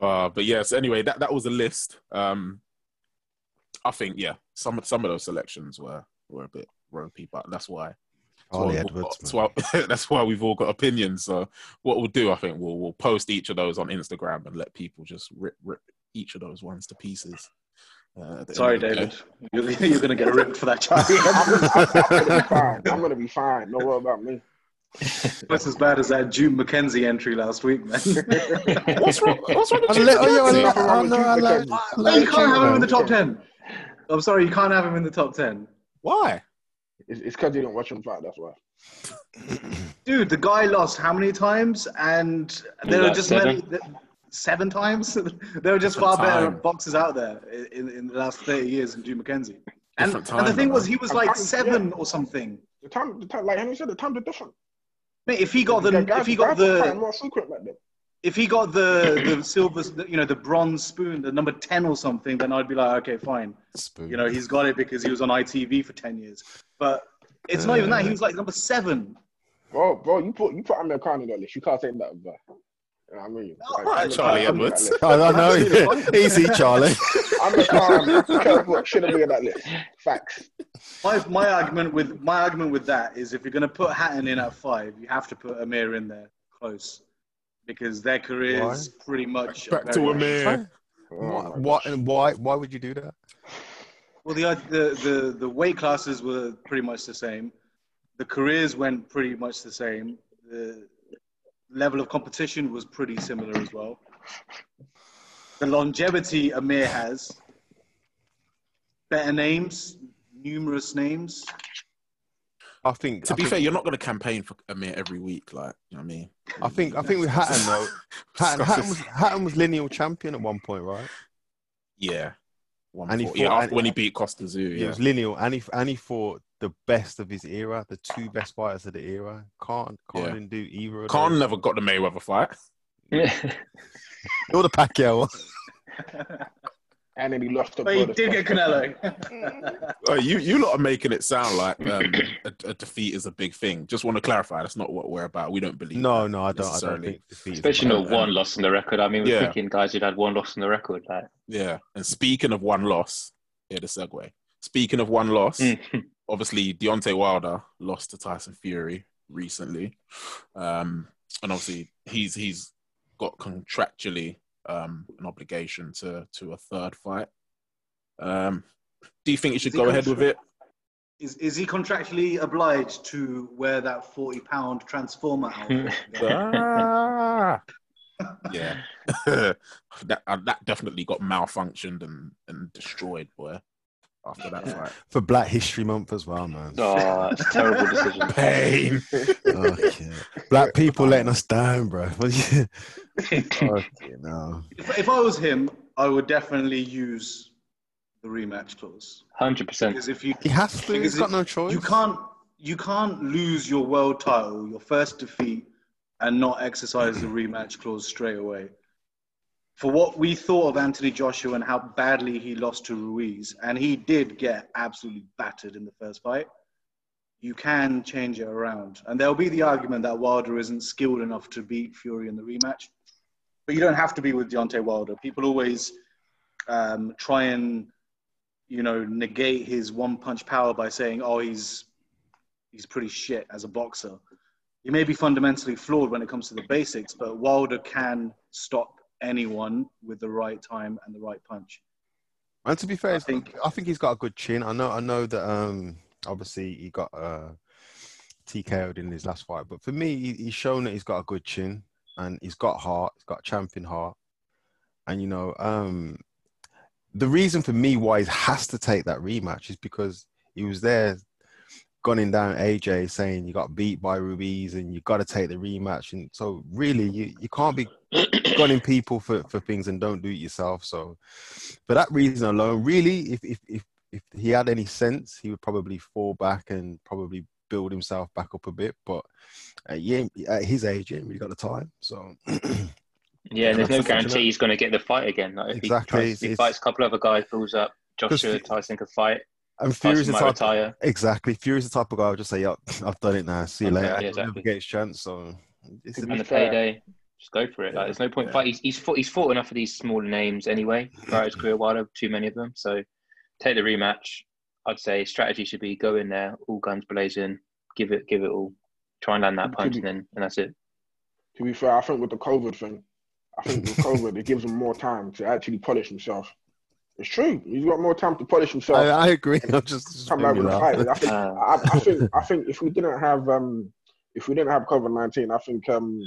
Speaker 3: uh, but yes. Anyway, that that was a list. Um, I think yeah, some of- some of those selections were were a bit ropey, but that's why
Speaker 2: Charlie
Speaker 3: so-
Speaker 2: Edwards.
Speaker 3: that's
Speaker 2: man.
Speaker 3: why, that's why we've all got opinions. So what we'll do, I think, we'll we'll post each of those on Instagram and let people just rip rip each of those ones to pieces. Uh, at the
Speaker 7: Sorry,
Speaker 3: end of the
Speaker 7: David.
Speaker 3: day.
Speaker 7: You're, you're going to get ripped for that, Charlie.
Speaker 6: I'm, I'm, I'm gonna be fine. I'm gonna be fine. Don't worry about me.
Speaker 7: That's as bad as that June McKenzie entry last week, man.
Speaker 3: What's wrong? What's wrong with
Speaker 2: I
Speaker 3: you?
Speaker 2: le- oh, yeah, I
Speaker 6: Nothing
Speaker 2: lo-
Speaker 6: wrong
Speaker 2: I
Speaker 6: with
Speaker 2: know,
Speaker 6: you,
Speaker 2: I like-
Speaker 6: but then-
Speaker 2: I
Speaker 7: No, you
Speaker 2: like
Speaker 7: can't have him in
Speaker 2: Jimbo.
Speaker 7: the top ten. I'm sorry, you can't have him in the top ten.
Speaker 3: Why?
Speaker 6: It's it's because you don't watch him fight. That's why.
Speaker 7: Dude, the guy lost how many times? And there
Speaker 5: Like
Speaker 7: are just
Speaker 5: seven?
Speaker 7: many. th- Seven times? there are just far better
Speaker 3: time.
Speaker 7: boxers out there i- in, in the last 30 years than June McKenzie. And,
Speaker 3: Different
Speaker 7: and the
Speaker 3: time,
Speaker 7: thing
Speaker 3: man.
Speaker 7: was, he was
Speaker 6: I'm
Speaker 7: like
Speaker 6: trying-
Speaker 7: seven or something.
Speaker 6: The time, the time, like Henry said, the times are different.
Speaker 7: Mate, if he got
Speaker 6: The
Speaker 7: the,
Speaker 6: guys-
Speaker 7: if he got
Speaker 6: guys are fighting
Speaker 7: the,
Speaker 6: more frequent back then.
Speaker 7: if he got the, the silver, s- you know, the bronze spoon, the number ten or something, then I'd be like, okay, fine.
Speaker 2: Spoon.
Speaker 7: You know, he's got it because he was on ITV for ten years. But It's not even that. He was like number seven.
Speaker 6: Bro, bro, you put you put Amir Khan on that list. You can't say that, bro. You know what I mean,
Speaker 7: All right,
Speaker 6: Amir
Speaker 3: Charlie
Speaker 6: Khan
Speaker 3: Edwards.
Speaker 6: shouldn't
Speaker 2: I don't know. Easy, Charlie.
Speaker 6: be on that list. Amir Khan shouldn't- shouldn't be on that list. Facts.
Speaker 7: My, my argument with my argument with that is if you're going to put Hatton in at five, you have to put Amir in there close because their careers pretty much are
Speaker 3: Back to
Speaker 7: very-
Speaker 3: Amir.
Speaker 2: Why,
Speaker 6: Oh,
Speaker 2: why, and why, why would you do that?
Speaker 7: Well, the, uh, the the the weight classes were pretty much the same. The careers went pretty much the same. The level of competition was pretty similar as well. The longevity Amir has, better names, numerous names.
Speaker 2: I think.
Speaker 3: To
Speaker 2: I
Speaker 3: be
Speaker 2: think-
Speaker 3: fair, you're not going to campaign for Amir every week. Like, you know what I mean?
Speaker 2: I think. I think with Hatton though, Hatton, Hatton, was, Hatton was lineal champion at one point, right?
Speaker 3: Yeah.
Speaker 2: And he
Speaker 3: 140. yeah,
Speaker 2: fought-
Speaker 3: after when he beat Costa Zoo,
Speaker 2: He
Speaker 3: yeah.
Speaker 2: was lineal, and he and he fought the best of his era, the two best fighters of the era. Can't can't
Speaker 3: Yeah.
Speaker 2: even do either. Of
Speaker 3: Khan
Speaker 2: those.
Speaker 3: never got the Mayweather fight.
Speaker 2: Or the Pacquiao. one.
Speaker 6: And then he lost to
Speaker 7: But he
Speaker 6: Brothers
Speaker 7: did get
Speaker 6: Parker.
Speaker 7: Canelo.
Speaker 3: Oh, you you lot are making it sound like um, a, a defeat is a big thing. Just want to clarify, that's not what we're about. We don't believe.
Speaker 2: No,
Speaker 3: that
Speaker 2: no, I don't. I don't
Speaker 3: necessarily.
Speaker 2: think defeat is
Speaker 5: Especially
Speaker 2: about
Speaker 5: not
Speaker 2: that.
Speaker 5: one loss on the record. I mean, we're
Speaker 3: Yeah.
Speaker 5: picking guys who'd had one loss on the record. Like,
Speaker 3: Yeah. And speaking of one loss, here the segue. Speaking of one loss,
Speaker 7: Mm.
Speaker 3: obviously Deontay Wilder lost to Tyson Fury recently, um, and obviously he's he's got contractually um, an obligation to to a third fight. Um, do you think you should
Speaker 7: Is he
Speaker 3: go ahead with it?
Speaker 7: is, is he contractually obliged to wear that 40 pound transformer outfit?
Speaker 3: Ah. yeah, that uh, that definitely got malfunctioned and and destroyed, boy. After that
Speaker 7: Yeah.
Speaker 3: fight,
Speaker 2: for Black History Month as well, man.
Speaker 5: oh, it's a terrible decision.
Speaker 3: pain.
Speaker 2: Okay. Black people letting us down, bro. okay, no.
Speaker 7: If, if I was him, I would definitely use the rematch clause
Speaker 5: 100%.
Speaker 7: because if you
Speaker 2: He has to.
Speaker 7: Because
Speaker 2: He's got
Speaker 7: it-
Speaker 2: no choice.
Speaker 7: you can't you can't lose your world title, your first defeat, and not exercise the rematch clause straight away. For what we thought of Anthony Joshua and how badly he lost to Ruiz, and he did get absolutely battered in the first fight, you can change it around. And there'll be the argument that Wilder isn't skilled enough to beat Fury in the rematch, but you don't have to be with Deontay Wilder. People always um, try and you know negate his one punch power by saying oh he's he's pretty shit as a boxer he may be fundamentally flawed when it comes to the basics but wilder can stop anyone with the right time and the right punch
Speaker 2: And to be fair,
Speaker 7: I
Speaker 2: I
Speaker 7: think-
Speaker 2: think, I think he's got a good chin. I know. I know that. Um, obviously he got uh, TKO'd in his last fight, but for me, he, he's shown that he's got a good chin and he's got heart. He's got champion heart, and you know, um, the reason for me why he has to take that rematch is because he was there gunning down AJ, saying you got beat by Ruiz and you got to take the rematch. And so, really, you, you can't be gunning people for, for things and don't do it yourself. So, for that reason alone, really, if, if, if, if he had any sense, he would probably fall back and probably build himself back up a bit. But uh, yeah, at his age, he ain't really got the time. So,
Speaker 5: Yeah, and there's no
Speaker 2: That's
Speaker 5: guarantee
Speaker 2: unfortunate.
Speaker 5: he's going to get the fight again. Like, if
Speaker 2: Exactly,
Speaker 5: He,
Speaker 2: it's-
Speaker 5: tries, he
Speaker 2: it's-
Speaker 5: fights a couple other guys, pulls up. Joshua
Speaker 2: Because-
Speaker 5: Tyson could fight.
Speaker 2: and Fury's the
Speaker 5: Tyson might
Speaker 2: type.
Speaker 5: retire.
Speaker 2: Exactly, Fury's the type of guy I'll just say, "Yep, I've done it now. See you
Speaker 5: Okay,
Speaker 2: later."
Speaker 5: yeah,
Speaker 2: He'll
Speaker 5: exactly.
Speaker 2: Never get his chance. So, it's
Speaker 6: To
Speaker 2: a-
Speaker 6: be
Speaker 5: And the
Speaker 6: fair-
Speaker 5: payday. Just go for it. Like, there's no point.
Speaker 2: Yeah.
Speaker 5: Fight. He's, he's fought. He's fought enough of these smaller names anyway throughout his career. Wilder, too many of them. So take the rematch. I'd say strategy should be go in there, all guns blazing, give it, give it all, try and land that punch, and then and that's it.
Speaker 6: To be fair, I think with the COVID thing, I think with COVID it gives him more time to actually polish himself. It's true. He's got more time to polish
Speaker 2: I,
Speaker 6: himself.
Speaker 2: I agree. I'm just, just
Speaker 6: Come
Speaker 2: bringing
Speaker 6: out with
Speaker 2: it up.
Speaker 6: a fight. I think,
Speaker 5: Uh,
Speaker 6: I, I think I think if we didn't have um if we didn't have COVID nineteen, I think um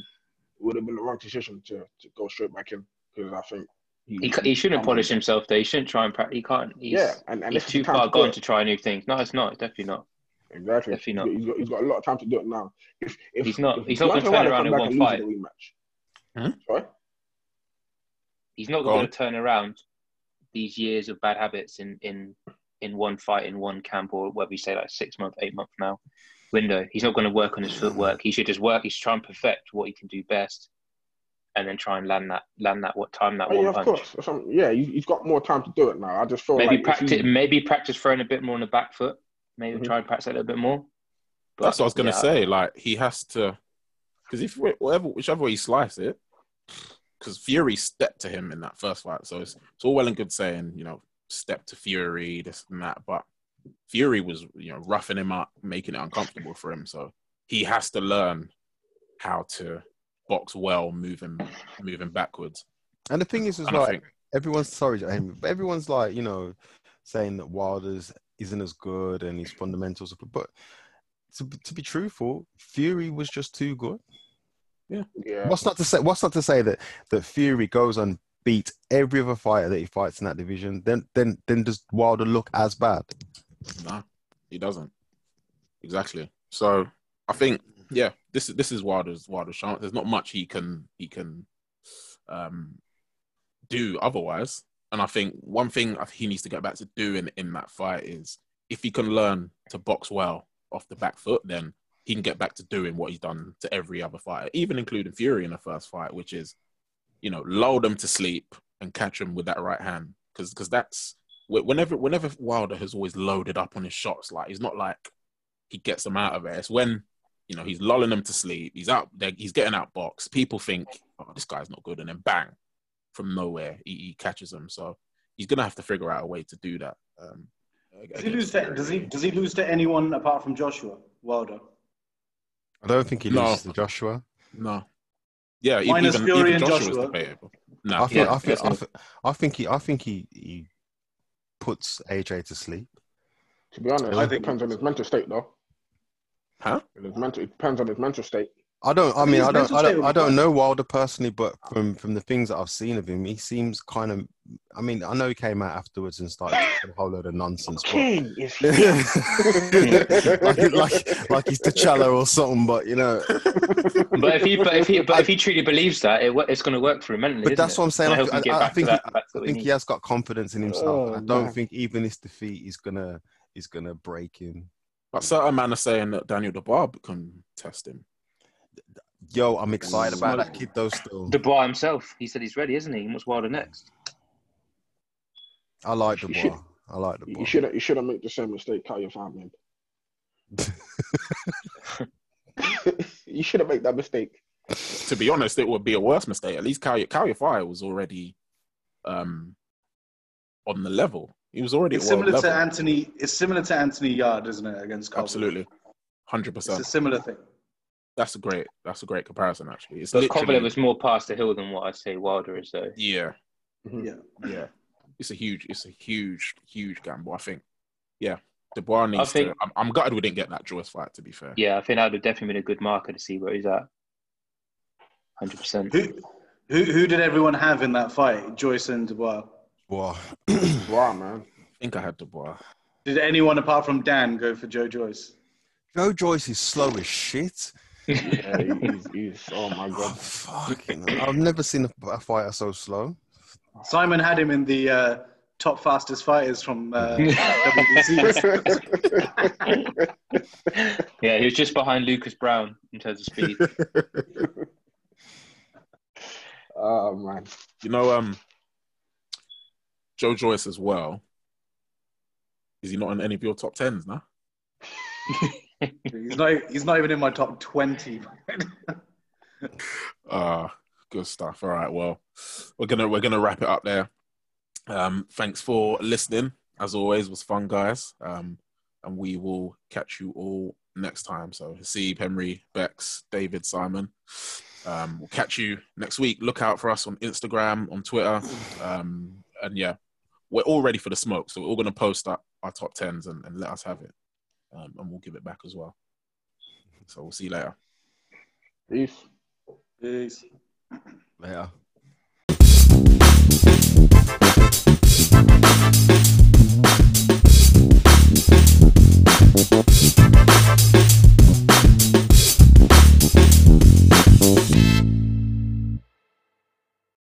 Speaker 6: it would have been the wrong decision to, to go straight back in because I think
Speaker 5: he, ca- he shouldn't polish himself. Though he shouldn't try and practice. He can't. He's,
Speaker 6: Yeah, and, and
Speaker 5: he's
Speaker 6: this is the
Speaker 5: too
Speaker 6: time
Speaker 5: far
Speaker 6: to do
Speaker 5: gone
Speaker 6: it.
Speaker 5: to try new things. No, it's not. It's definitely not.
Speaker 6: Exactly.
Speaker 5: Definitely not.
Speaker 6: He's got, he's got a lot of time to do it now. If, if
Speaker 5: He's not-
Speaker 6: if
Speaker 5: he's not gonna
Speaker 6: Deontay
Speaker 5: turn
Speaker 6: Wilder
Speaker 5: around
Speaker 6: come
Speaker 5: in
Speaker 6: back
Speaker 5: one
Speaker 6: and lose
Speaker 5: fight.
Speaker 6: the rematch.
Speaker 3: Hmm?
Speaker 6: Sorry?
Speaker 5: he's not
Speaker 3: Go
Speaker 5: going
Speaker 3: on.
Speaker 5: to turn around these years of bad habits in in in one fight in one camp or whether you say like six month eight month now window he's not going to work on his footwork he should just work he's trying to perfect what he can do best and then try and land that land that what time that
Speaker 6: Oh,
Speaker 5: one
Speaker 6: yeah, of
Speaker 5: punch
Speaker 6: course. That's something- yeah, he- he's got more time to do it now. I just feel
Speaker 5: maybe
Speaker 6: like if
Speaker 5: practice
Speaker 6: he-
Speaker 5: maybe practice throwing a bit more on the back foot maybe
Speaker 6: Mhm.
Speaker 5: try and practice that a little bit more But,
Speaker 3: That's what I was gonna
Speaker 5: yeah,
Speaker 3: say. Like he has to, because if we- whatever, whichever way you slice it, because Fury stepped to him in that first fight, so it's it's all well and good saying you know step to Fury this and that, but Fury was you know roughing him up, making it uncomfortable for him, so he has to learn how to box well, moving moving backwards.
Speaker 2: And the thing is, is
Speaker 3: And I
Speaker 2: like
Speaker 3: think
Speaker 2: everyone's sorry, Jamie, but everyone's like, you know, saying that Wilder's isn't as good and his fundamentals, are, but to, to be truthful, Fury was just too good.
Speaker 6: Yeah.
Speaker 2: What's not to say? What's not to say that that Fury goes and beat every other fighter that he fights in that division? Then then then does Wilder look as bad?
Speaker 3: no, he doesn't exactly. So I think yeah, this is this is Wilder's Wilder's chance. There's not much he can he can um, do otherwise. And I think one thing I- he needs to get back to doing in that fight is if he can learn to box well off the back foot, then he can get back to doing what he's done to every other fighter, even including Fury in the first fight, which is you know lull them to sleep and catch them with that right hand because because that's wh- whenever whenever Wilder has always loaded up on his shots. Like he's not like he gets them out of it. It's when you know he's lulling them to sleep. He's out there. He's getting out box. People think, oh, this guy's not good, and then bang, from nowhere he, he catches them. So he's gonna have to figure out a way to do that. Um,
Speaker 7: Does
Speaker 3: against
Speaker 7: he lose to,
Speaker 3: Fury.
Speaker 7: does he, does he lose to anyone apart from Joshua Wilder?
Speaker 2: I don't think he
Speaker 3: No.
Speaker 2: loses to Joshua.
Speaker 3: No. Yeah, e-
Speaker 7: Minus
Speaker 3: even,
Speaker 7: Fury
Speaker 3: even
Speaker 7: and
Speaker 3: Joshua's
Speaker 7: Joshua.
Speaker 3: debatable. No,
Speaker 2: I think,
Speaker 5: yeah,
Speaker 2: I, think, I,
Speaker 5: definitely.
Speaker 2: think I think he I think he, he puts AJ to sleep.
Speaker 6: To be honest,
Speaker 2: I
Speaker 6: it depends on his mental state, though.
Speaker 3: Huh?
Speaker 6: His mental, it depends on his mental state.
Speaker 2: I don't. I mean,
Speaker 7: His
Speaker 2: I don't.
Speaker 7: mental
Speaker 2: I
Speaker 7: state
Speaker 2: don't.
Speaker 7: was
Speaker 2: I don't
Speaker 7: fine.
Speaker 2: know Wilder personally, but from from the things that I've seen of him, he seems kind of. I mean, I know he came out afterwards and started a whole load of nonsense. But,
Speaker 6: King is
Speaker 2: like, like, like he's T'Challa or something, but you know.
Speaker 5: but if he, but if he, but if he truly believes that, it, wo- it's going to work for him mentally.
Speaker 2: But
Speaker 5: isn't
Speaker 2: that's
Speaker 5: it?
Speaker 2: what I'm saying.
Speaker 5: And
Speaker 2: I,
Speaker 5: I hope we
Speaker 2: I,
Speaker 5: get
Speaker 2: I
Speaker 5: back to
Speaker 2: think
Speaker 5: that.
Speaker 2: he-
Speaker 5: Back to
Speaker 2: I
Speaker 5: what
Speaker 2: think
Speaker 5: we
Speaker 2: he has got confidence in himself, and I
Speaker 6: Oh,
Speaker 2: don't
Speaker 6: man.
Speaker 2: think even this defeat is gonna is gonna break him.
Speaker 3: But certain man are saying that Daniel DeBarb can test him.
Speaker 2: Yo, I'm excited about that
Speaker 7: Smoke.
Speaker 2: kid though. Still,
Speaker 5: need. The bar himself, he said he's ready, isn't he? And what's Wilder next?
Speaker 2: I like the
Speaker 6: You should-
Speaker 2: boy. I like the boy.
Speaker 6: You shouldn't. You shouldn't make the same mistake Kyle Farm made. you shouldn't make that mistake.
Speaker 3: To be honest, it would be a worse mistake. At least Kyle Kyle Fire was already um on the level. He was already
Speaker 7: It's
Speaker 3: at world
Speaker 7: similar to
Speaker 3: level.
Speaker 7: Anthony. It's similar to Anthony Yard, isn't it? Against Carl.
Speaker 3: Absolutely. Hundred
Speaker 7: it's a
Speaker 3: percent.
Speaker 7: similar thing.
Speaker 3: That's a great that's a great comparison actually. It's
Speaker 5: But Kovalev
Speaker 3: literally
Speaker 5: was more past the hill than what I say Wilder is, though.
Speaker 3: Yeah.
Speaker 6: Mhm.
Speaker 7: Yeah.
Speaker 3: Yeah. It's a huge it's a huge, huge gamble. I think yeah. Dubois needs to
Speaker 5: think-
Speaker 3: I'm, I'm gutted we didn't get that Joyce fight to be fair.
Speaker 5: Yeah, I think that would have definitely been a good marker to see where he's at. Hundred percent.
Speaker 7: Who, who, who did everyone have in that fight? Joyce and Dubois.
Speaker 2: Boy.
Speaker 6: Wow, man.
Speaker 3: I think I had Dubois.
Speaker 7: Did anyone apart from Dan go for Joe Joyce?
Speaker 2: Joe Joyce is slow as shit.
Speaker 6: Yeah, he- he's, he's. Oh my
Speaker 2: Oh,
Speaker 6: god.
Speaker 2: fucking! I've never seen a, a fighter so slow.
Speaker 7: Simon had him in the uh, top fastest fighters from uh,
Speaker 2: E
Speaker 7: WBC.
Speaker 5: Yeah, he was just behind Lucas Brown in terms of speed.
Speaker 6: oh man.
Speaker 3: You know, um, Joe Joyce as well. Is he not in any of your top tens now?
Speaker 7: he's not. He's not even in my top twenty.
Speaker 3: Ah, good stuff. All right, well, we're gonna we're gonna wrap it up there. Um, thanks for listening. As always, it was fun, guys. Um, and we will catch you all next time. So, Hasib, Henry, Bex, David, Simon. Um, we'll catch you next week. Look out for us on Instagram, on Twitter, um, and yeah, we're all ready for the smoke. So we're all gonna post up our top tens and, and let us have it, um, and we'll give it back as well. So we'll see you later.
Speaker 6: Peace.
Speaker 7: Peace.
Speaker 2: Yeah.